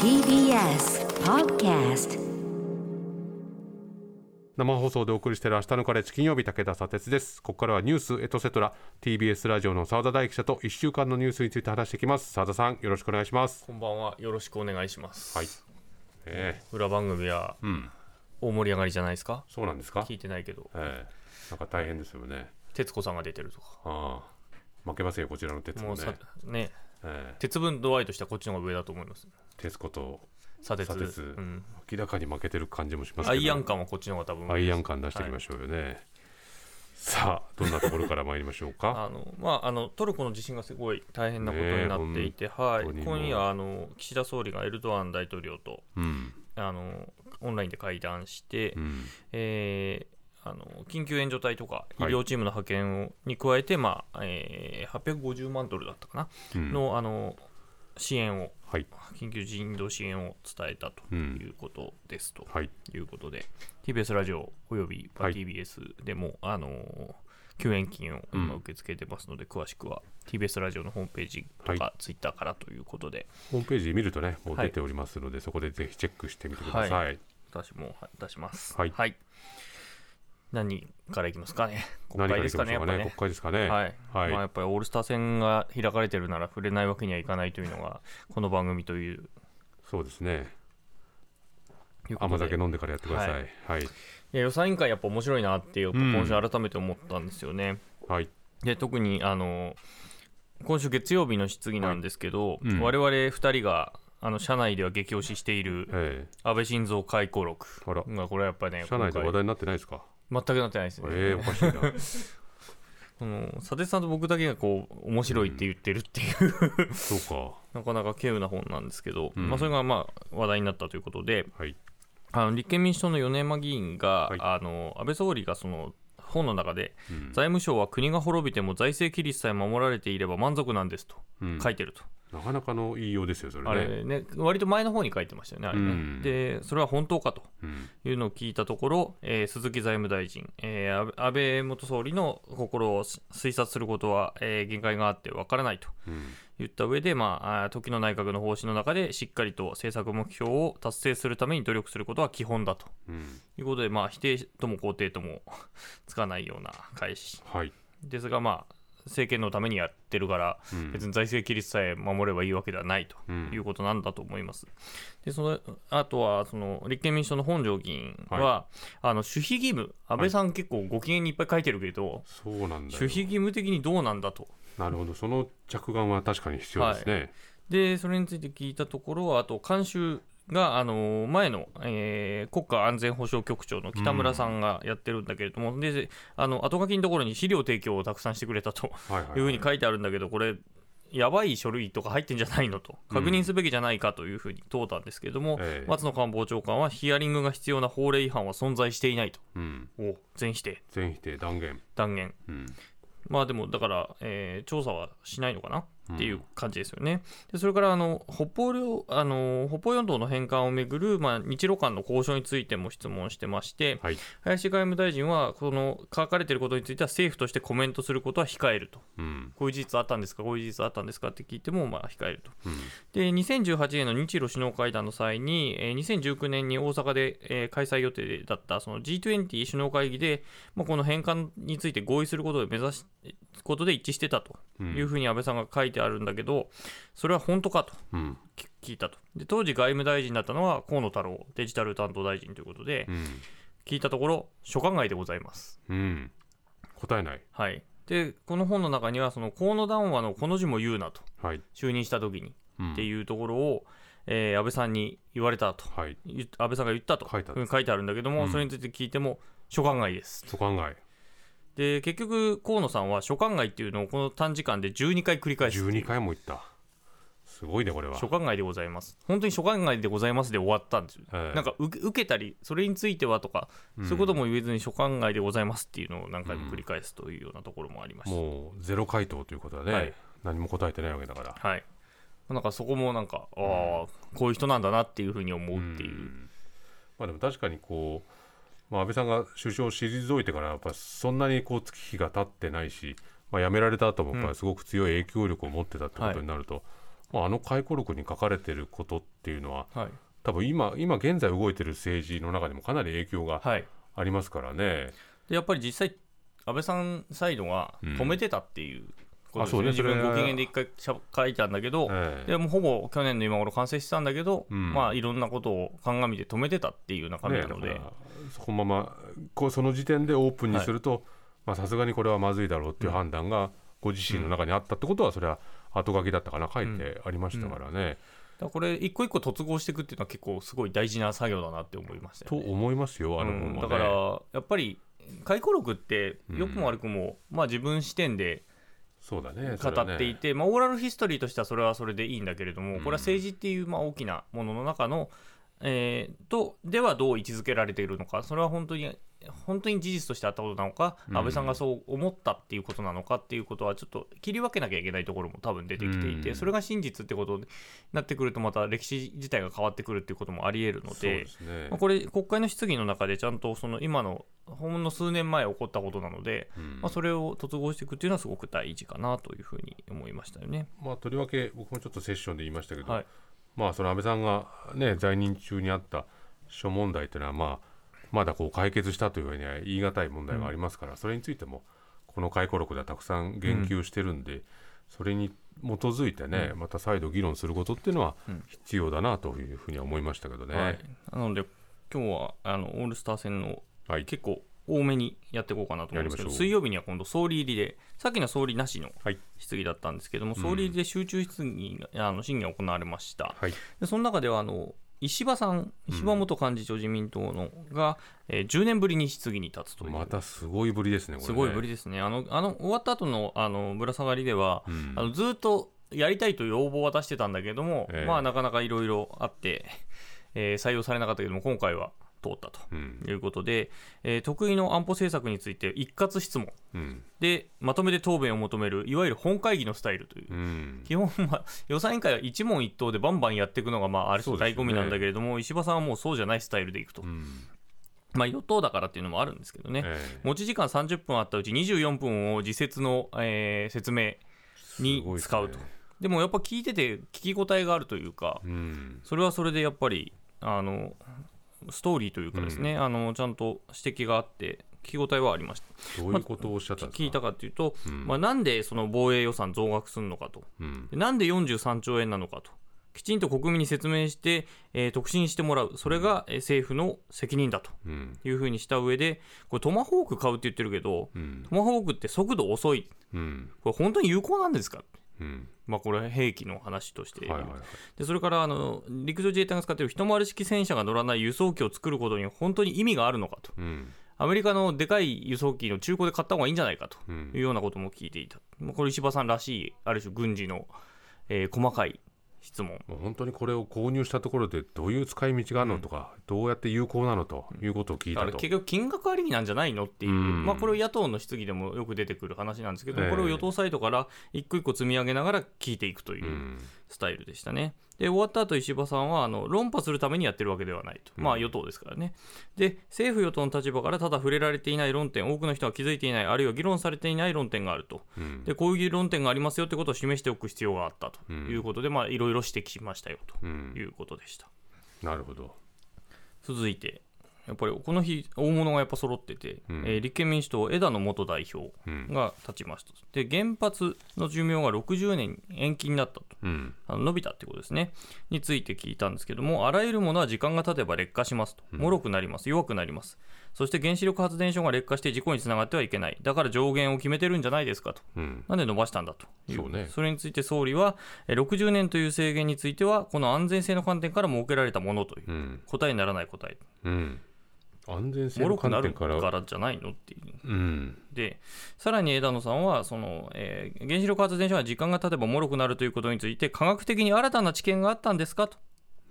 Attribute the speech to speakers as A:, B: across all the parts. A: TBS Podcast
B: 生放送でお送りしている明日のカレッジ金曜日武田砂鉄ですここからはニュースエトセトラ TBS ラジオの澤田大記者と1週間のニュースについて話していきます澤田さんよろしくお願いします
C: こんばんは。よろしくお願いします。
B: はいええ
C: 裏番組は
B: うん
C: 大盛り上がりじゃないですか。
B: そうなんですか
C: 聞いてないけど、
B: ええなんか大変ですよね
C: 徹子さんが出てるとか。
B: ああ負けますよこちらの鉄
C: も
B: も
C: う
B: ね
C: さ、ね、
B: ええ
C: 鉄分度合いとしてはこっちの方が上だと思います。
B: 鉄子と
C: 砂鉄。
B: 砂鉄
C: うん。
B: 明らかに負けてる感じもしますけど
C: アイアン感はこっちの方が多分。
B: アイアン感出していきましょうよね、さあどんなところから参りましょうか
C: あのまあ、あのトルコの地震がすごい大変なことになっていて、はい、
B: 本当にもう
C: 今夜あの、岸田総理がエルドアン大統領と
B: うん
C: あのオンラインで会談して、
B: うん
C: えーあの緊急援助隊とか医
B: はい
C: 療チームの派遣を、に加えて、まあえー850万ドルだったかな、
B: うん
C: のあの支援を、
B: はい
C: 緊急人道支援を伝えたと
B: うん
C: いうことですと
B: はい
C: いうことで、TBS ラジオおよびまあ
B: はい
C: TBS でも、あのー救援金を今
B: うん
C: 受け付けてますので、詳しくは TBS ラジオのホームページとか、
B: は
C: ツイッターからということで、
B: ホームページ見るとね、もう
C: はい
B: 出ておりますので、そこでぜひチェックしてみてください。
C: 私もは出します。
B: はい
C: 何からいきますかね。国
B: 何か
C: 会
B: ら
C: で
B: いき
C: す
B: ま
C: か
B: し
C: ね、や
B: ょう
C: っぱ
B: か
C: ね
B: ね、国。会ですかね。
C: はい、
B: はい
C: まあ、やっぱりオールスター戦が開かれてるなら触れないわけにはいかないというのがこの番組という
B: そうですね。
C: いうこと
B: 甘
C: で
B: 酒飲んでからやってください。はい。はい。
C: いや予算委員会やっぱ面白いなってい
B: う
C: う
B: ん
C: 今週改めて思ったんですよね。で特にあの今週月曜日の質疑なんですけど、
B: うん
C: 我々2人があの社内では激推ししている
B: え
C: 安倍晋三回顧録
B: あら
C: がこれはやっぱ
B: え
C: ね
B: 社内で話
C: 今回
B: 題になってないですか
C: 全くなってないですね。
B: ええおかしい な。
C: その佐哲さんと僕だけがこう面白いって言ってるっていう、
B: そうか。
C: なかなか稀有な本なんですけど、
B: うん
C: まあ、それがまあ話題になったということで、
B: はい。
C: あの立憲民主党の米山議員が、
B: はい
C: あの安倍総理がその本の中で、
B: うん
C: 財務省は国が滅びても財政規律さえ守られていれば満足なんですと
B: うん
C: 書いてると、
B: なかなかの言いようですよ、それね。
C: あれね、割と前の方に書いてましたよね、あれね
B: うん
C: でそれは本当かと
B: うん
C: いうのを聞いたところ、えー鈴木財務大臣、えー安倍安倍元総理の心を推察することは、えー限界があってわからないと
B: うん
C: 言った上で、まあ、あー時の内閣の方針の中でしっかりと政策目標を達成するために努力することは基本だと。
B: うん
C: ということで、まあ、否定とも肯定とも つかないような開始
B: はい。
C: ですが、まあ、政権のためにやってるから、
B: うん
C: 別に財政規律さえ守ればいいわけではないと
B: うん
C: いうことなんだと思います。でそのあとはその、立憲民主党の本庄議員は、
B: は
C: あの守秘義務、安倍さん、結構ご機嫌にいっぱい書いてるけど、
B: そうなんだ
C: 守秘
B: よ。
C: 義務的にどうなんだと。
B: なるほど。その着眼は確かに必要ですね。
C: でそれについて聞いたところあと監修があの前の、えー国家安全保障局長の北村さんがやってるんだけれども、であの後書きのところに資料提供をたくさんしてくれたと
B: はいはい
C: いうふうに書いてあるんだけど、これ、やばい書類とか入ってんじゃないのと、確認すべきじゃないかというふうに問うたんですけれども、
B: ええ
C: 松野官房長官は、ヒアリングが必要な法令違反は存在していないと、
B: うん
C: お全否定、
B: 全否定断言。
C: 断言。
B: うん
C: まあでもだから、えー調査はしないのか
B: うん
C: なっていう感じですよね。でそれからあの北方領あの北方四島の返還をめぐる、まあ、日露間の交渉についても質問してまして、
B: はい。
C: 林外務大臣はこの書かれていることについては政府としてコメントすることは控えると。
B: うん
C: こういう事実あったんですかこういう事実あったんですかって聞いても、まあ、控えると。
B: うん
C: で、2018年の日露首脳会談の際に、えー2019年に大阪で、えー開催予定だったその G20 首脳会議で、まあ、この返還について合意することで目指すことで一致してたと
B: うん
C: いうふうに安倍さんが書いてあるんだけど、それは本当かと
B: うん
C: 聞聞いたと。で、当時外務大臣だったのは河野太郎デジタル担当大臣ということで、
B: うん
C: 聞いたところ、所管外でございます。
B: うん答えない。
C: はい。で、この本の中には、その河野談話のこの字も言うなと、
B: はい。
C: 就任した時に。
B: うん
C: っていうところを、えー安倍さんに言われたと、
B: はい。
C: 言っ安倍さんが言ったと
B: 書いてある
C: うん書いてあるんだけども、
B: うん
C: それについて聞いても、所管外です。
B: 所管外。
C: で、結局、河野さんは所管外っていうのをこの短時間で12回繰り返すってい
B: 12
C: う。
B: 回も行った。すごいね、これは。
C: 所管外でございます。本当に所管外でございますで終わったんですよ。
B: ええ
C: なんか受け受けたり、それについてはとか、
B: うん
C: そういうことも言えずに所管外でございますっていうのを何回も繰り返すというようなところもありました。
B: もうゼロ回答ということはね、
C: はい
B: 何も答えてないわけだから。
C: はい。なんかそこもなんか、ああ、こういう人なんだなっていうふうに思うっていう。
B: んまあでも確かにこう、まあ、安倍さんが首相を退いてから、やっぱそんなにこう月日が経ってないし、まあ、辞められた後もやっぱりすごく強い影響力を持ってたってことになると、まあ、あの回顧録に書かれてることっていうのは
C: はい、
B: 多分今今現在動いてる政治の中でもかなり影響が
C: はい、
B: ありますからね。
C: でやっぱり実際、安倍さんサイドが
B: うん
C: 止めてたっていうことですね、
B: あそうねそ
C: 自分
B: れ
C: ご機嫌で一回しゃ書いたんだけど、
B: ええ
C: でもうほぼ去年の今頃完成してたんだけど、
B: うん
C: まあいろんなことを鑑みて止めてたっていう中身
B: ね
C: なので、
B: だからそのままこうその時点でオープンにするとまあさすがにこれはまずいだろうっていう判断がご自身の中にあったってことはそれは後書きだったかな書いてありましたからね。
C: だからこれ一個一個突合していくっていうのは結構すごい大事な作業だなって思いました
B: と
C: よね、
B: 思いますよあの
C: う
B: 本
C: んだ
B: は
C: から
B: ね。
C: やっぱり回顧録って良くも悪くも、まあ自分視点で
B: そうだね。
C: 語
B: それはね
C: っていて、まあ、オーラルヒストリーとしてはそれはそれでいいんだけれども、
B: うん
C: これは政治っていうまあ大きなものの中の、えーとではどう位置づけられているのかそれは本当に本当に事実としてあったことなのか、
B: うん
C: 安倍さんがそう思ったっていうことなのかっていうことはちょっと切り分けなきゃいけないところも多分出てきていて、
B: うん
C: それが真実ってことになってくるとまた歴史自体が変わってくるっていうこともあり得るの
B: そう
C: で
B: ですね
C: まあ。これ国会の質疑の中でちゃんとその今のほんの数年前起こったことなので、
B: うん
C: まあ、それを突合していくっていうのはすごく大事かなというふうに思いましたよね。
B: まあ、とりわけ僕もちょっとセッションで言いましたけど、
C: はい
B: まあ、その安倍さんが、ね、在任中にあった諸問題というのは、まあ、まだこう解決したというふうには言い難い問題がありますから、それについてもこの回顧録ではたくさん言及してるんで、それに基づいてね、また再度議論することっていうのは
C: うん
B: 必要だなというふうには思いましたけどね。
C: はい、なので今日はあのオールスター戦の
B: はい
C: 結構多めにやっていこうかなと思うんですけ
B: やりましょう
C: ど水曜日には今度総理入りでさっきの総理なしの
B: はい
C: 質疑だったんですけども、総理入りで集中質疑があの審議が行われました。
B: はい
C: でその中ではあの石破さん、石破元幹事長自民党のが、えー10年ぶりに質疑に立つという、
B: またすごいぶりですね、これね
C: すごいぶりですね、あのあの終わった後のあのぶら下がりでは、
B: うん
C: あのずーっとやりたいという要望は出してたんだけども、
B: ええ
C: まあなかなかいろいろあって、えー採用されなかったけども、今回は通ったと
B: うん
C: いうことで、えー得意の安保政策について一括質問
B: うん
C: で、まとめて答弁を求める、いわゆる本会議のスタイルという。
B: うん
C: 基本は予算委員会は一問一答でバンバンやっていくのがまあある
B: そ
C: 種
B: うです
C: 醍
B: ね
C: 醐味なんだけれども、石破さんはもうそうじゃないスタイルでいくと、
B: うん
C: まあ、与党だからっていうのもあるんですけどね、
B: ええ
C: 持ち時間30分あったうち24分を自説の、えー説明に使
B: すごい
C: うと
B: ですね
C: でもやっぱ聞いてて聞き応えがあるというか、
B: うん
C: それはそれでやっぱりあのストーリーというかですね、あのちゃんと指摘があって聞き応えはありました
B: どういうことをおっしゃったんですか、
C: 聞いたかというと、
B: うん
C: まあ、なんでその防衛予算増額するのかと
B: うん
C: でなんで43兆円なのかときちんと国民に説明して、えー特進してもらうそれがえー政府の責任だと
B: うん
C: いうふうにした上でこれトマホーク買うって言ってるけど
B: うん
C: トマホークって速度遅い
B: うん
C: これ本当に有効なんですか
B: うん
C: まあ、これは兵器の話として
B: はい
C: 言う、
B: はいはい
C: でそれからあの陸上自衛隊が使っている一回り式戦車が乗らない輸送機を作ることに本当に意味があるのかと
B: うん
C: アメリカのでかい輸送機の中古で買った方がいいんじゃないかと
B: う
C: いうんようなことも聞いていた、まあこれ石破さんらしいある種軍事の、えー細かい質問
B: もう本当にこれを購入したところでどういう使い道があるのとか、どうやって有効なのということを聞い
C: だ
B: た
C: から
B: と、
C: 結局金額ありきなんじゃないのっていう、
B: うん
C: まあ、これを野党の質疑でもよく出てくる話なんですけど、
B: ええ
C: これを与党サイドから一個一個積み上げながら聞いていくというう、
B: ん
C: スタイルでしたね。で、終わった後、石破さんは、あの、論破するためにやってるわけではないと。
B: うん
C: まあ、与党ですからね。で、政府与党の立場から、ただ触れられていない論点、多くの人が気づいていない、あるいは議論されていない論点があると。
B: うん
C: で、こういう論点がありますよってことを示しておく必要があったと
B: うん
C: いうことで、まあ、いろいろ指摘しましたよ
B: う
C: とい
B: ん、
C: うことでした。
B: なるほど、
C: 続いて、やっぱりこの日、大物がやっぱ揃ってて、
B: うん
C: えー立憲民主党、枝野元代表
B: うん
C: が立ちました。で、原発の寿命が60年延期になったと。
B: うん
C: あの伸びたってことですね。について聞いたんですけども、あらゆるものは時間が経てば劣化しますと。脆くなります。弱くなります。そして原子力発電所が劣化して事故につながってはいけない。だから上限を決めてるんじゃないですかと。
B: うん
C: なんで伸ばしたんだという
B: そうね
C: れについて総理は、え60年という制限については、この安全性の観点から設けられたものという
B: う。ん
C: 答えにならない答え。
B: うん、安全性
C: 脆
B: の
C: くな
B: 観
C: る
B: 点
C: か
B: からら
C: じゃないのっていう。
B: うん
C: で、さらに枝野さんはその、えー原子力発電所は時間が経てば脆くなるということについて、科学的に新たな知見があったんですかと。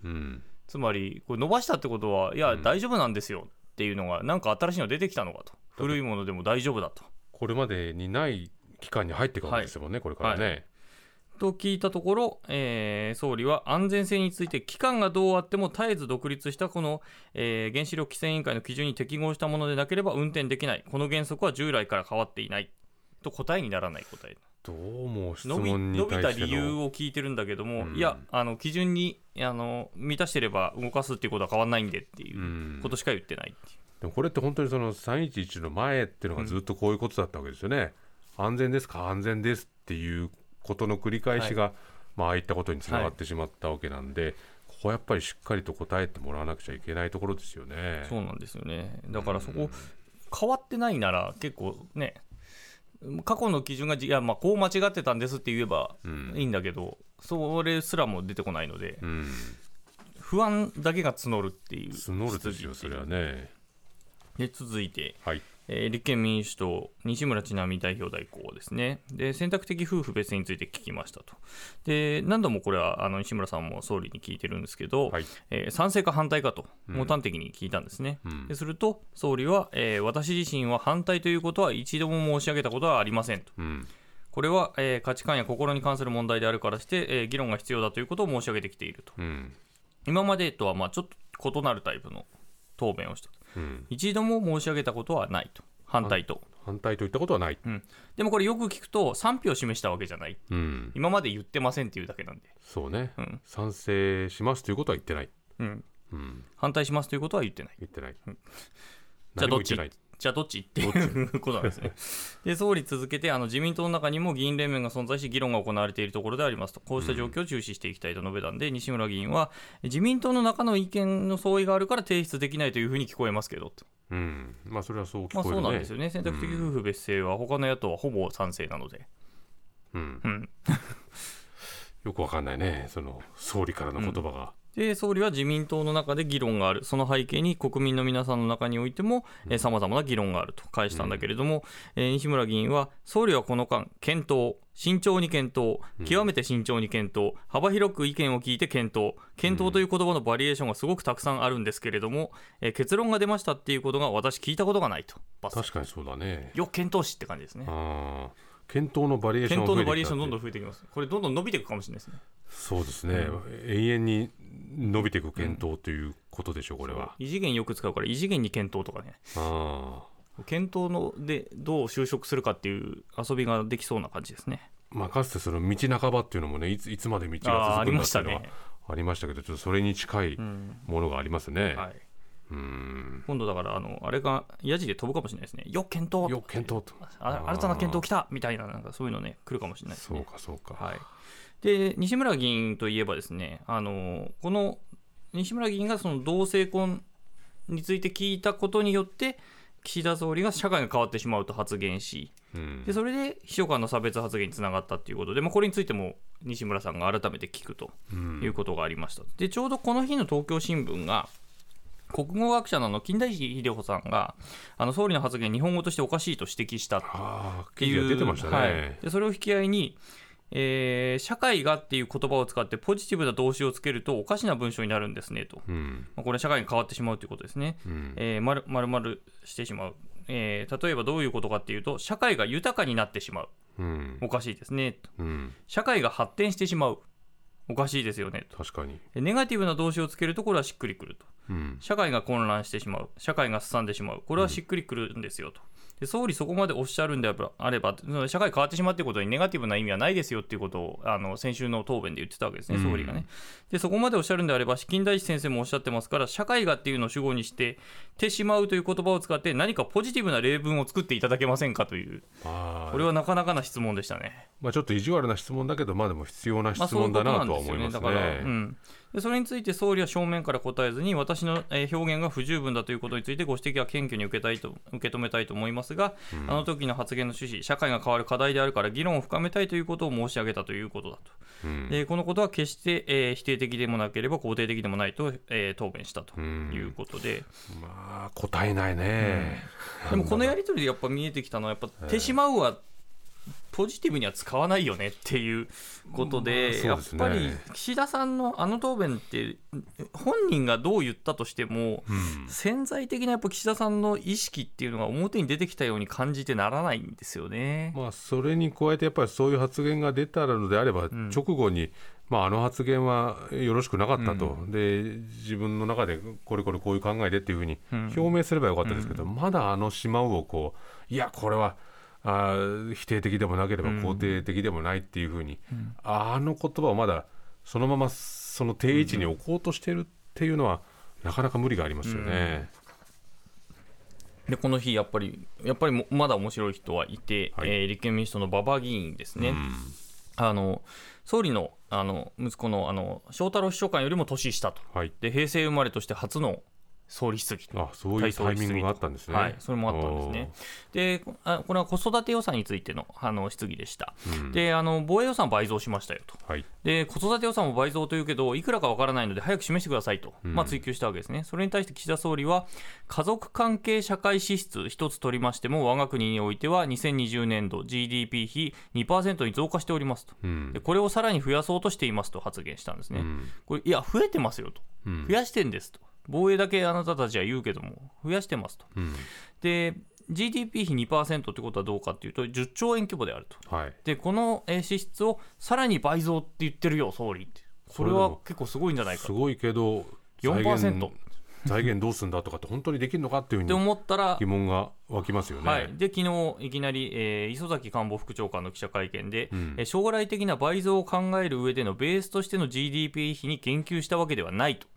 B: うん
C: つまりこれ伸ばしたってことはいや大丈夫なんですよっていうのがなんか新しいの出てきたのかと古いものでも大丈夫だと。
B: これまでにない期間に入っていくわけですもんね、これからね、
C: と聞いたところ、えー総理は安全性について期間がどうあっても絶えず独立したこの、えー原子力規制委員会の基準に適合したものでなければ運転できないこの原則は従来から変わっていないと答えにならない答え
B: どうも質
C: 伸び
B: 問に
C: 伸びた
B: 対して
C: 理由
B: の
C: を聞いてるんだけど
B: う
C: も、
B: ん
C: いやあの基準にあの満たしてれば動かすっていうことは変わらないんでっていううんことしか言ってないっていう
B: でもこれって本当にその311の前っていうのがずっとこういうことだったわけですよね、安全ですか安全ですっていうことの繰り返しが、まあああいったことにつながってしまったわけなんで、ここはやっぱりしっかりと答えてもらわなくちゃいけないところですよね。
C: そうなんですよねだからそこ変わってないなら結構ね過去の基準がじいやまあこう間違ってたんですって言えば
B: うん
C: いいんだけど、それすらも出てこないので
B: うん、
C: 不安だけが募るっていう
B: 募るですよそれはね。
C: で続いて、
B: はい
C: えー立憲民主党、西村智奈美代表代行ですねで、選択的夫婦別について聞きましたと、で何度もこれはあの西村さんも総理に聞いてるんですけど、
B: はい
C: えー賛成か反対かと、
B: うん
C: もう端的に聞いたんですね。
B: うん
C: ですると、総理は、えー私自身は反対ということは一度も申し上げたことはありませんと、
B: うん
C: これは、えー価値観や心に関する問題であるからして、えー議論が必要だということを申し上げてきていると、
B: うん
C: 今までとはまあちょっと異なるタイプの答弁をしたと。
B: うん、
C: 一度も申し上げたことはないと、反対と。
B: 反対といったことはない。
C: でもこれ、よく聞くと、賛否を示したわけじゃない、
B: うん、
C: 今まで言ってませんっていうだけなんで、
B: そうね、
C: うん
B: 賛成しますということは言ってない。
C: うん、
B: うん、
C: 反対しますということは言ってない、
B: 言ってない。
C: じゃあどっち
B: 何も言て
C: じゃあどっちっていうことなんですね。で、総理続けて、あの自民党の中にも議員連盟が存在し、議論が行われているところでありますと、こうした状況を注視していきたいと述べたんで、西村議員は、自民党の中の意見の相違があるから提出できないというふうに聞こえますけどと、
B: ないうん、まあそれはそう聞
C: まあ、
B: こえるね。
C: そうなんですよね、選択的夫婦別姓は、他の野党はほぼ賛成なので。
B: うん
C: うん
B: よくわかんないね、その総理からの言葉が。
C: で総理は自民党の中で議論がある、その背景に国民の皆さんの中においても、さまざまな議論があると返したんだけれども、えー西村議員は、総理はこの間、検討、慎重に検討、極めて慎重に検討、幅広く意見を聞いて検討、検討という言葉のバリエーションがすごくたくさんあるんですけれども、えー結論が出ましたっていうことが私、聞いたことがないと、バス
B: 確かにそうだね。
C: よく検討しって感じですね。
B: あー検討のバリエーションが増えてき
C: 検討の
B: た
C: バリエーションどんど
B: ん
C: ん増えてきます。これどんどん伸びていくかもしれないですね。
B: そうですね、永遠に伸びていく検討ということでしょう、これは。
C: 異次元よく使うから異次元に検討とかね。
B: あ
C: 検討のでどう就職するかっていう遊びができそうな感じですね。
B: ーまあ、かつてその道半ばっていうのもねいついつまで道
C: あー
B: が
C: あ
B: 続くんだ
C: りま
B: っ
C: して
B: い
C: た
B: うのは
C: ね。
B: ありましたけどちょっとそれに近い
C: うん
B: ものがありますね。
C: はい、
B: うん
C: 今度だからあの、あれがやじで飛ぶかもしれないですね。よっ、検討
B: よ検討と。
C: あ
B: あー
C: 新たな検討来たみたいな、なんかそういうのね、来るかもしれないです
B: そ
C: ね
B: う。かそうか。
C: はい、で西村議員といえばですねあのこの西村議員がその同性婚について聞いたことによって岸田総理が社会が変わってしまうと発言し
B: うん
C: でそれで秘書官の差別発言につながったということで、まあ、これについても西村さんが改めて聞くと
B: うん
C: いうことがありました。でちょうどこの日の東京新聞が国語学者のあの金田一秀穂さんがあの総理の発言日本語としておかしいと指摘した
B: ああ
C: って
B: 記
C: い
B: 事
C: う
B: が出てましたね。
C: はい、でそれを引き合いに、えー社会がっていう言葉を使ってポジティブな動詞をつけるとおかしな文章になるんですねと、
B: うん
C: まあ、これは社会に変わってしまうということですね、
B: うん
C: えー、まるまるまるしてしまう、えー例えばどういうことかっていうと社会が豊かになってしまう
B: うん
C: おかしいですねと
B: うん、
C: 社会が発展してしまうおかしいですよねと
B: 確かに。
C: でネガティブな動詞をつけるとこれはしっくりくると
B: うん
C: 社会が混乱してしまう、社会がすさんでしまう、これはしっくりくるんですよと。で総理、そこまでおっしゃるんであればあれば、その社会変わってしまうってことにネガティブな意味はないですよっていうことをあの先週の答弁で言ってたわけですね、
B: うん
C: 総理がね。で、そこまでおっしゃるんであれば、金田一先生もおっしゃってますから、社会がっていうのを主語にして、てしまうという言葉を使って、何かポジティブな例文を作っていただけませんかという、
B: あー
C: これはなかなかな質問でしたね。
B: まあ、ちょっと意地悪な質問だけど、まあでも必要な
C: まあ
B: 質
C: そういう
B: 問
C: こ
B: だ
C: とな
B: なんとは
C: です
B: 思
C: よ
B: い
C: ね。
B: ます
C: だから、う
B: ね。
C: ん、でそれについて総理は正面から答えずに、私のえー表現が不十分だということについてご指摘は謙虚に受けたいと受け止めたいと思いますが、あの時の発言の趣旨、社会が変わる課題であるから議論を深めたいということを申し上げたということだと。
B: うん
C: でこのことは決して、えー否定的でもなければ肯定的でもないと、えー答弁したと
B: うん
C: いうことで、
B: まあ答えないね。
C: でもこのやり取りでやっぱ見えてきたのは、やっぱ手しまうはポジティブには使わないよねっていうことで、
B: ま
C: や
B: あそう
C: っ
B: ですね
C: ぱり岸田さんのあの答弁って、本人がどう言ったとしても、
B: うん
C: 潜在的なやっぱ岸田さんの意識っていうのが表に出てきたように感じてならないんですよね。
B: まあ、それに加えて、やっぱりそういう発言が出たのであれば、直後に、まあ、あの発言はよろしくなかったと、で自分の中でこれこれこういう考えでっていうふうに表明すればよかったですけど、まだあの島をこう、いや、これはあー否定的でもなければ
C: うん
B: 肯定的でもないっていうふうに、
D: うん
B: あの言葉をまだそのままその定位置に置こうとしてるっていうのは、なかなか無理がありますよね。
C: でこの日やっぱり、やっぱりもまだ面白い人はいて、
B: はい
C: えー立憲民主党の馬場議員ですね、
B: うん
C: あの総理のあの息子のあの翔太郎秘書官よりも年下と、
B: はい、
C: で平成生まれとして初の総理質疑
B: あそういうタイミングがあったんですね。
C: はい、それもあったんですね。で、こあこれは子育て予算についてのあの質疑でした。
B: おー。うん
C: であの、防衛予算倍増しましたよと。
B: はい
C: で、子育て予算も倍増というけど、いくらかわからないので、早く示してくださいと、
B: うん
C: まあ、追及したわけですね。それに対して岸田総理は、家族関係社会支出一つ取りましても、我が国においては2020年度 GDP 比2%に増加しておりますと。
B: うん
C: でこれをさらに増やそうとしていますと発言したんですね。
B: うん
C: これいや、増えてますよと、
B: うん
C: 増やしてんですと、防衛だけあなたたちは言うけども、増やしてますと。
B: うん
C: で GDP 比2%ってことはどうかっていうと10兆円規模であると
B: はい、
C: でこのえー支出をさらに倍増って言ってるよ総理ってこれは結構すごいんじゃないか
B: す
C: っ
B: ごいけど財
C: 4%
B: 源財源どうすんだとかって本当にできるのかっていうふ
C: て
B: うに
C: 思ったら
B: 疑問が湧きますよね。
C: はい、で昨日いきなり、えー磯崎官房副長官の記者会見で、
B: うん
C: えー将来的な倍増を考える上でのベースとしての GDP 比に言及したわけではないと、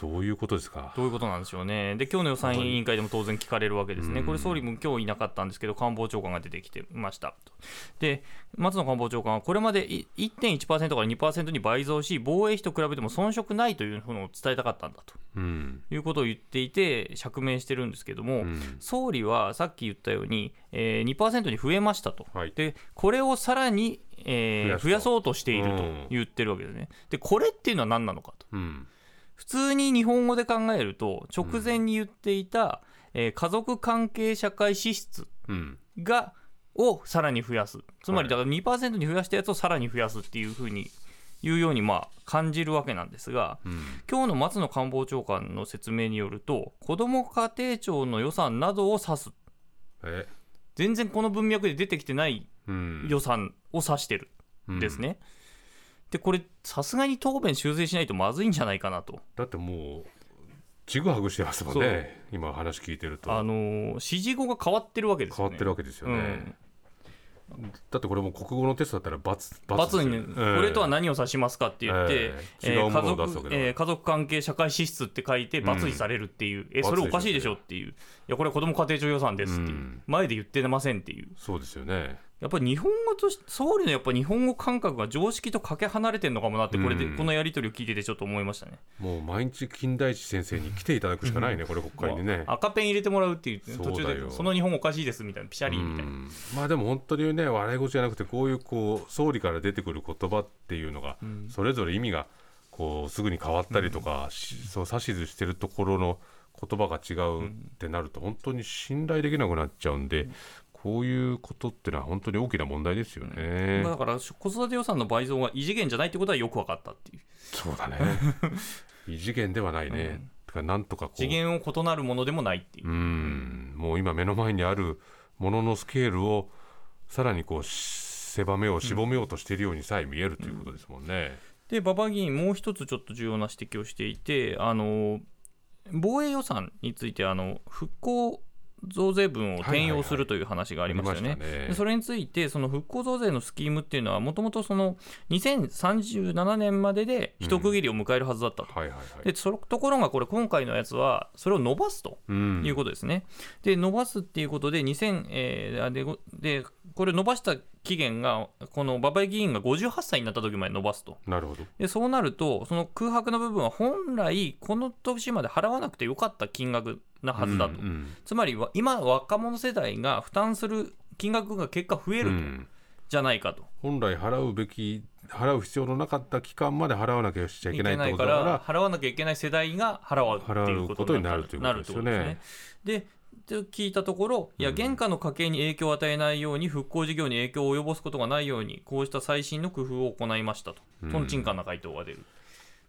B: どういうことですか
C: どういうことなんでしょうね、で今日の予算委員会でも当然聞かれるわけですね、
B: うん
C: これ、総理も今日いなかったんですけど、官房長官が出てきてましたとで、松野官房長官は、これまでい1.1%から2%に倍増し、防衛費と比べても遜色ないというのを伝えたかったんだと
B: うん
C: いうことを言っていて、釈明してるんですけど
B: う
C: も、
B: ん
C: 総理はさっき言ったように、えー2%に増えましたと、
B: はい
C: でこれをさらに、え
B: 増や
C: ー
B: すと
C: 増やそうとしていると
B: うん
C: 言ってるわけですね。でこれっていうのは何なのかと
B: うん
C: 普通に日本語で考えると直前に言っていた、えー家族関係社会支出
B: うん
C: がをさらに増やすつまり
B: は
C: だから2%に増やしたやつをさらに増やすっていうふうに言うようにまあ感じるわけなんですが
B: うん
C: 今日の松野官房長官の説明によると子ども家庭庁の予算などを指す
B: え
C: 全然この文脈で出てきてない
B: うん
C: 予算を指してるんですね。でこれさすがに答弁修正しないとまずいんじゃないかなと。
B: だってもうちぐはぐしてますもんね今話聞いてると
C: あのー指示語が変わってるわけです
B: 変
C: よ
B: わ
C: ね。
B: ってるわけですよね、だってこれも国語のテストだったら罰
C: うん、
B: です
C: 罰
B: よ
C: に、これとは
B: え
C: 何を指しますかって言って、
B: ええ
C: え
B: 違
C: ー
B: うものを出すわけだから
C: 家族えー家族関係社会支出って書いて、罰にされるっていう、えそれおかしいでしょっていう、いや、これは子ども家庭庁予算ですっていう、
B: うん
C: 前で言ってませんっていう、
B: えそうですよね
C: やっぱり日本語とし、総理のやっぱ日本語感覚が常識とかけ離れてるのかもなって、これで、
B: うん
C: このやり取りを聞いてて、ちょっと思いましたね。
B: もう毎日金田一先生に来ていただくしかないねこれ国会にね
C: まあ赤ペン入れてもらうっていう、
B: そうだ
C: 途中
B: よ
C: で、その日本おかしいですみたいな、ピシャリみたいな。
B: うんまあでも本当にね笑い事じゃなくてこういうこう総理から出てくる言葉っていうのが
C: ん
B: それぞれ意味がこうすぐに変わったりとか、しそう指図してるところの言葉が違うってなると本当に信頼できなくなっちゃうんで、こういうことってのは本当に大きな問題ですよね。
C: まあだから子育て予算の倍増が異次元じゃないってことはよく分かったっていう
B: そうだね 異次元ではないね。てかなんとかこう
C: 次元を異なるものでもないっていう
B: う、んもう今目の前にあるもののスケールをさらにこうし狭めよう絞めようとしているようにさえ見えるということですもんね。
C: で馬場議員、もう一つちょっと重要な指摘をしていて、あの防衛予算についてあの、復興増税分を転用するという話がありましたよ
B: あり
C: ね
B: ま。したね
C: でそれについて、その復興増税のスキームっていうのは、もともとその2037年までで一区切りを迎えるはずだったと。
B: はいはいはい。
C: でそのところがこれ、今回のやつは、それを伸ばすと
B: うん
C: いうことですね。で、伸ばすっていうことで、2000、えーあで、ごでこれ、伸ばした期限が、この馬場議員が58歳になった時まで伸ばすと。
B: なるほど。
C: でそうなると、その空白の部分は本来、この年まで払わなくてよかった金額なはずだと、
B: うんうん
C: つまりは今、若者世代が負担する金額が結果増えると、
B: うん
C: じゃないかと。
B: 本来払うべき払う必要のなかった期間まで払わなきゃしちゃいけないってこと
C: か
B: だから
C: ら、払わなきゃいけない世代が払うっていうことになる
B: 払うことになるということですよね
C: なるってことですねでで聞いたところ、いや、
B: うん
C: 現下の家計に影響を与えないように、復興事業に影響を及ぼすことがないように、こうした最新の工夫を行いましたと、
B: うん
C: とんちんかんな回答が出る。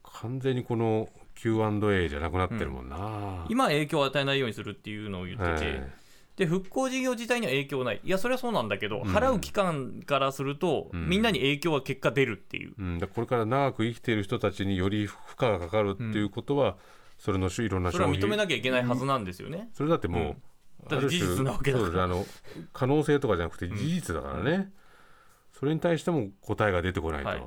B: 完全にこの Q&A じゃなくなってるもんな。
C: 今、影響を与えないようにするっていうのを言ってて、
B: え
C: で復興事業自体には影響ない、いや、それはそうなんだけど、払う期間からすると、
B: うん
C: みんなに影響は結果出るっていう、
B: えうん、だからこれから長く生きている人たちにより負荷がかかるっていうことは、それの種いろんな
C: それ
B: 消
C: は
B: 費
C: 認めなきゃいけないはずなんですよね。
B: それだってもう、
C: だって事実なわけだ
B: あ
C: か
B: る種
C: ら。
B: そうですあの可能性とかじゃなくて事実だからね、それに対しても答えが出てこないと、
C: はい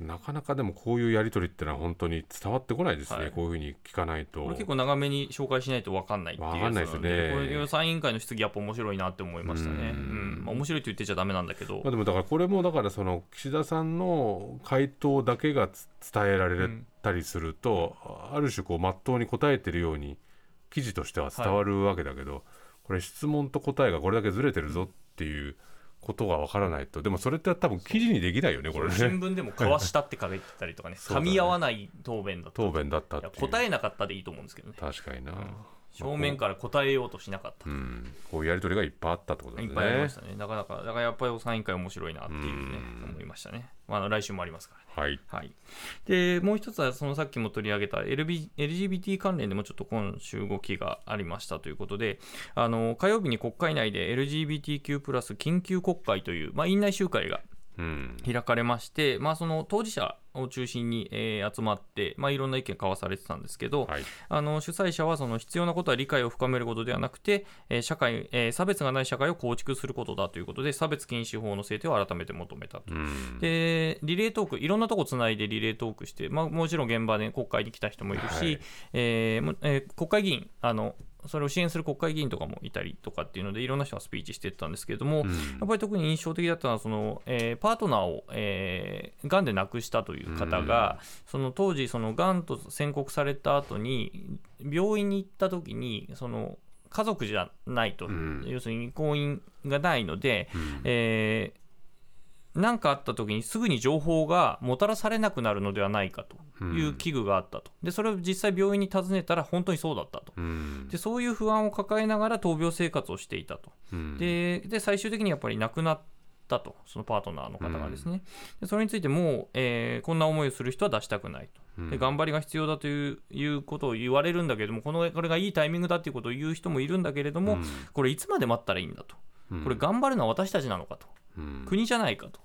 B: なかなかでもこういうやり取りってのは本当に伝わってこないですね、
C: はい
B: こういうふうに聞かないと
C: これ結構長めに紹介しないと分かんないっていう
B: 分かんない
C: や
B: で
C: つ
B: す
C: な
B: よ
C: ん
B: ね
C: で、これ予算委員会の質疑やっぱ面白いなって思いましたね。
B: う
C: うんんまあ面白いと言ってちゃダメなんだけど
B: まあ、、でもだからこれもだからその岸田さんの回答だけがつ伝えられたりすると、ある種こう真っ当に答えてるように記事としては伝わるわけだけど、これ質問と答えがこれだけずれてるぞっていうことがわからないとでもそれって多分記事にできないよねこれ
C: 新
B: ね
C: 聞でも交わしたって書いてたりとかね、
B: そうだ
C: 噛
B: ね
C: み合わない答弁だと。
B: 答弁だったっ
C: い
B: てい
C: や
B: う
C: 答えなかったでいいと思うんですけどね。
B: 確かにな、
C: 正面から答えようとしなかった
B: う。ん、こういうやり取りがいっぱいあったってことで
C: い
B: すね
C: っぱいありましたね。なかなか、だからやっぱり予算委員会面白いなっていうね
B: う、ん
C: 思いましたね。まああの、来週もありますからね。
B: はい
C: はい、でもう一つはそのさっきも取り上げた LB LGBT 関連でもちょっと今週動きがありましたということであの火曜日に国会内で LGBTQ+ 緊急国会という、まあ、院内集会が
B: うん
C: 開かれまして、まあ、その当事者を中心に、えー集まって、まあ、いろんな意見交わされてたんですけど、
B: はい
C: あの主催者はその必要なことは理解を深めることではなくて、えー社会えー差別がない社会を構築することだということで差別禁止法の制定を改めて求めたと
B: うん
C: でリレートークいろんなとこつないでリレートークして、まあ、もちろん現場で国会に来た人もいるし、
B: はい
C: えーもえー国会議員あのそれを支援する国会議員とかもいたりとかっていうのでいろんな人がスピーチしてったんですけれども、
B: うん
C: やっぱり特に印象的だったのはその、えーパートナーを、えー、がんで亡くしたという方が、その当時そのがんと宣告された後に病院に行った時にその家族じゃないと、
B: うん
C: 要するに婚姻がないので、
B: うん
C: えーなんかあった時にすぐに情報がもたらされなくなるのではないかという危惧があったと、でそれを実際病院に尋ねたら本当にそうだったと
B: うん
C: でそういう不安を抱えながら闘病生活をしていたと
B: うん
C: でで最終的にやっぱり亡くなったとそのパートナーの方がですね、でそれについてもう、えーこんな思いをする人は出したくないと。
B: うん
C: で頑張りが必要だといういうことを言われるんだけれどもこのこれがいいタイミングだっていうことを言う人もいるんだけれども、
B: うん
C: これいつまで待ったらいいんだと
B: うん
C: これ頑張るのは私たちなのかと
B: うん
C: 国じゃないかと。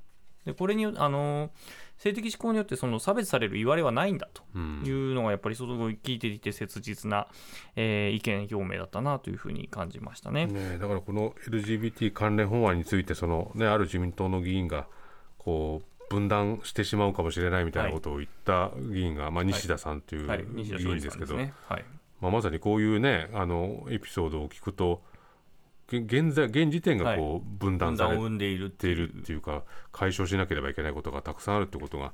C: でこれによあのー性的指向によってその差別される言われはないんだと
B: うん
C: いうのがやっぱりすごい聞いていて切実な、えー意見表明だったなというふうに感じましたね。
B: ねえ、だからこの LGBT 関連法案についてその、ね、ある自民党の議員がこう分断してしまうかもしれないみたいなことを言った議員が、まあ、西田さんという
C: はい、
B: 議
C: 西田
B: 員
C: 勝
B: で
C: 利
B: す
C: さん
B: け
C: で
B: ど、
C: すね。はい、
B: まあ、まさにこういう、ね、あのエピソードを聞くとげ現在現時点がこう分断
C: 分
B: さ
C: 断を
B: れ
C: 生んでいるって
B: てい
C: いう
B: るっていうか解消しなければいけないことがたくさんあるってことが、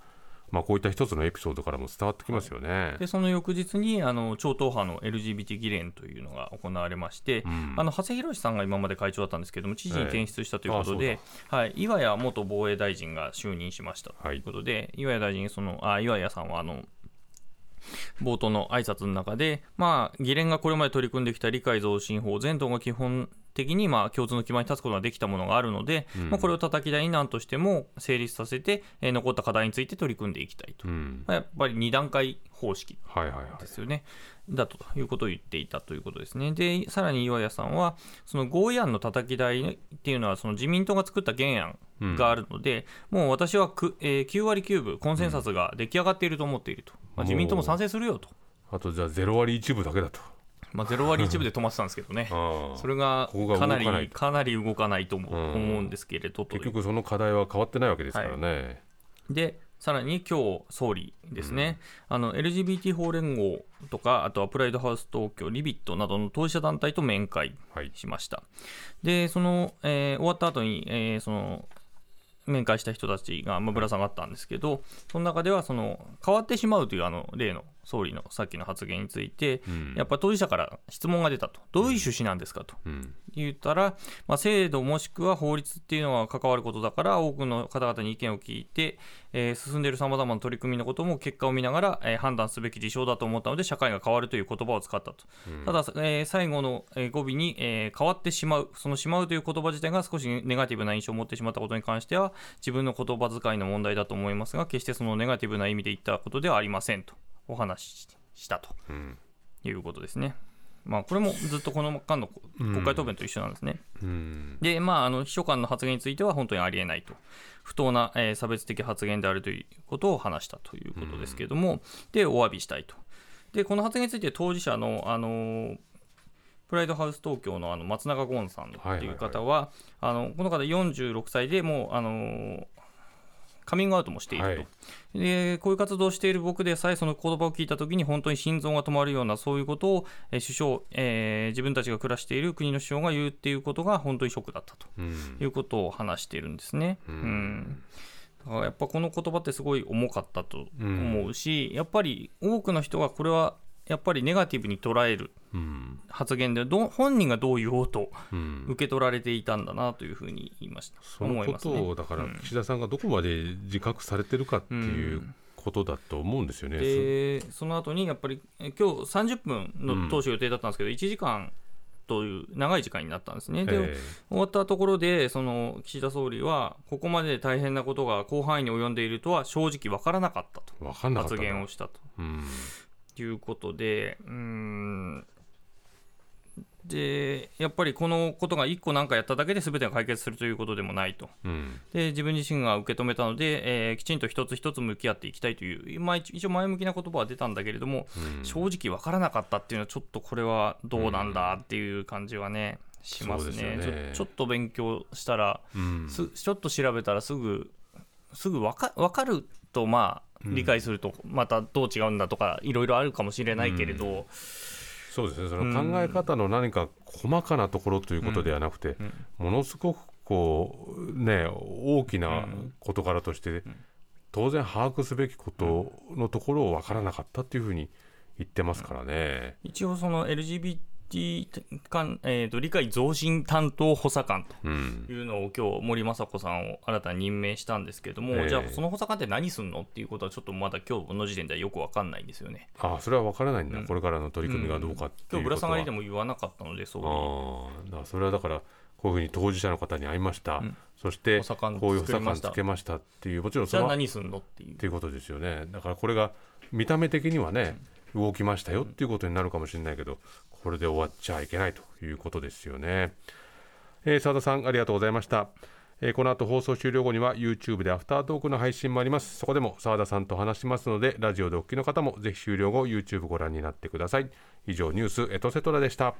B: まあ、こういった一つのエピソードからも伝わってきますよね。
C: でその翌日にあの超党派の LGBT 議連というのが行われまして、
B: ん
C: あの長谷博さんが今まで会長だったんですけども知事に転出したということ
B: ええあ
C: で、はい、岩谷元防衛大臣が就任しましたということで、岩谷大臣そのあ岩谷さんはあの冒頭の挨拶の中で、まあ、議連がこれまで取り組んできた理解増進法、全党が基本的にまあ共通の基盤に立つことができたものがあるので、まあ、これを叩き台に何としても成立させて、えー残った課題について取り組んでいきたいと、
B: うん
C: まあやっぱり2段階方式
B: はいはいはい
C: ですよね。だということを言っていたということですね。で、さらに岩谷さんは、その合意案の叩き台っていうのは、その自民党が作った原案があるので、もう私はく、えー9割9分、コンセンサスが出来上がっていると思っていると、まあ、自民党も賛成するよと、
B: あとじゃあ0割1分だけだと。。
C: まあ、0割1分で止まってたんですけどね
B: ああ
C: それが
B: ここが動か
C: か
B: な
C: ないりかなり動かないと思
B: うん
C: う思うんですけれどという
B: 結局その課題は変わってないわけですからね。
C: でさらに今日総理ですね、あの LGBT 法連合とか、あとはプライドハウス東京、リビットなどの当事者団体と面会
B: はい
C: しました。で、その、えー終わった後に、えーその面会した人たちが、まあ、ぶら下がったんですけど、その中ではその変わってしまうというあの例の総理のさっきの発言について、
B: うん
C: やっぱり当事者から質問が出たと、どういう趣旨なんですかと。
B: うん
C: 言ったら、まあ、制度もしくは法律っていうのは関わることだから多くの方々に意見を聞いて、えー進んでいるさまざまな取り組みのことも結果を見ながら、えー判断すべき事象だと思ったので社会が変わるという言葉を使ったと、ただ、えー最後のえー語尾に、えー変わってしまうその「しまう」という言葉自体が少しネガティブな印象を持ってしまったことに関しては自分の言葉遣いの問題だと思いますが決してそのネガティブな意味で言ったことではありませんとお話ししたと
B: うん
C: いうことですね。まあ、これもずっとこの間の国会答弁と一緒なんですね。
B: うん
C: で、まあ、あの秘書官の発言については本当にありえないと、不当な、えー差別的発言であるということを話したということですけれども、で、お詫びしたいと。で、この発言について当事者の、あのープライドハウス東京のあの松永ゴンさんっていう方は,、あのこの方46歳でもう、あのーカミングアウトもしていると、
B: はい
C: でこういう活動をしている僕でさえその言葉を聞いた時に本当に心臓が止まるようなそういうことを、えー首相、えー自分たちが暮らしている国の首相が言うっていうことが本当にショックだったと
B: うん
C: いうことを話しているんですね。
B: うん
C: うんだからやっぱこの言葉ってすごい重かったと思うし、やっぱり多くの人がこれはやっぱりネガティブに捉える
B: うん
C: 発言でど本人がどう言おうと
B: うん
C: 受け取られていたんだなというふうに言いました
B: そのこと
C: 思い
B: を、
C: ま
B: だから岸田さんがどこまで自覚されてるかっていううことだと思うんですよね。
C: すねでその後にやっぱりえ今日30分の当初予定だったんですけど、1時間という長い時間になったんですね。で
B: え
C: 終わったところでその岸田総理はここまで大変なことが広範囲に及んでいるとは正直分からなかったと
B: えわかんなかった
C: 発
B: な
C: 言をしたと
B: うん
C: いうことでうーんでやっぱりこのことが1個なんかやっただけで全てが解決するということでもないと
B: うん
C: で自分自身が受け止めたので、えーきちんと一つ一つ向き合っていきたいという、まあ、一一応前向きな言葉は出たんだけれども、
B: うん
C: 正直分からなかったっていうのはちょっとこれはどうなんだっていう感じはね、しま
B: そう
C: す
B: で
C: ね
B: すよね
C: ちょちょっと勉強したら
B: うん
C: すちょっと調べたらすぐすぐ分か分かるとまあ理解するとまたどう違うんだとかいろいろあるかもしれないけれど、
B: そうですねその考え方の何か細かなところということではなくて、
C: ん
B: ものすごくこうね大きな事柄として、当然把握すべきことのところを分からなかったっていうふうに言ってますからね。
C: 一応その LGBT 関えーと理解増進担当補佐官
B: うん
C: というのを今日森雅子さんを新たに任命したんですけども、
B: ええ
C: じゃあその補佐官って何すんのっていうことはちょっとまだ今日の時点ではよく分かんないんですよね。
B: あそれは分からないんだ、
C: うん
B: これからの取り組みがどうかって
C: 今
B: いう
C: 日ぶ
B: こ
C: ら
B: と
C: 下
B: は
C: がりでも言わなかったので、そう
B: ああ、だからそれはだからこういうふうに当事者の方に会いました、
C: ん
B: そして
C: お魚
B: こういう補
C: 作り
B: 佐
C: ま
B: 官
C: した
B: つけましたっていうもちろん
C: じ
B: そ
C: ゃ
B: の
C: あ
B: っ
C: 何すんのっていう。
B: ていうことですよねだからこれが見た目的にはね、動きましたよっていうことになるかもしれないけどこれで終わっちゃいけないということですよね。えー、澤田さんありがとうございました、えーこの後放送終了後には YouTube でアフタートークの配信もありますそこでも澤田さんと話しますのでラジオでお聞きの方もぜひ終了後 YouTube ご覧になってください以上ニュースエトセトラでした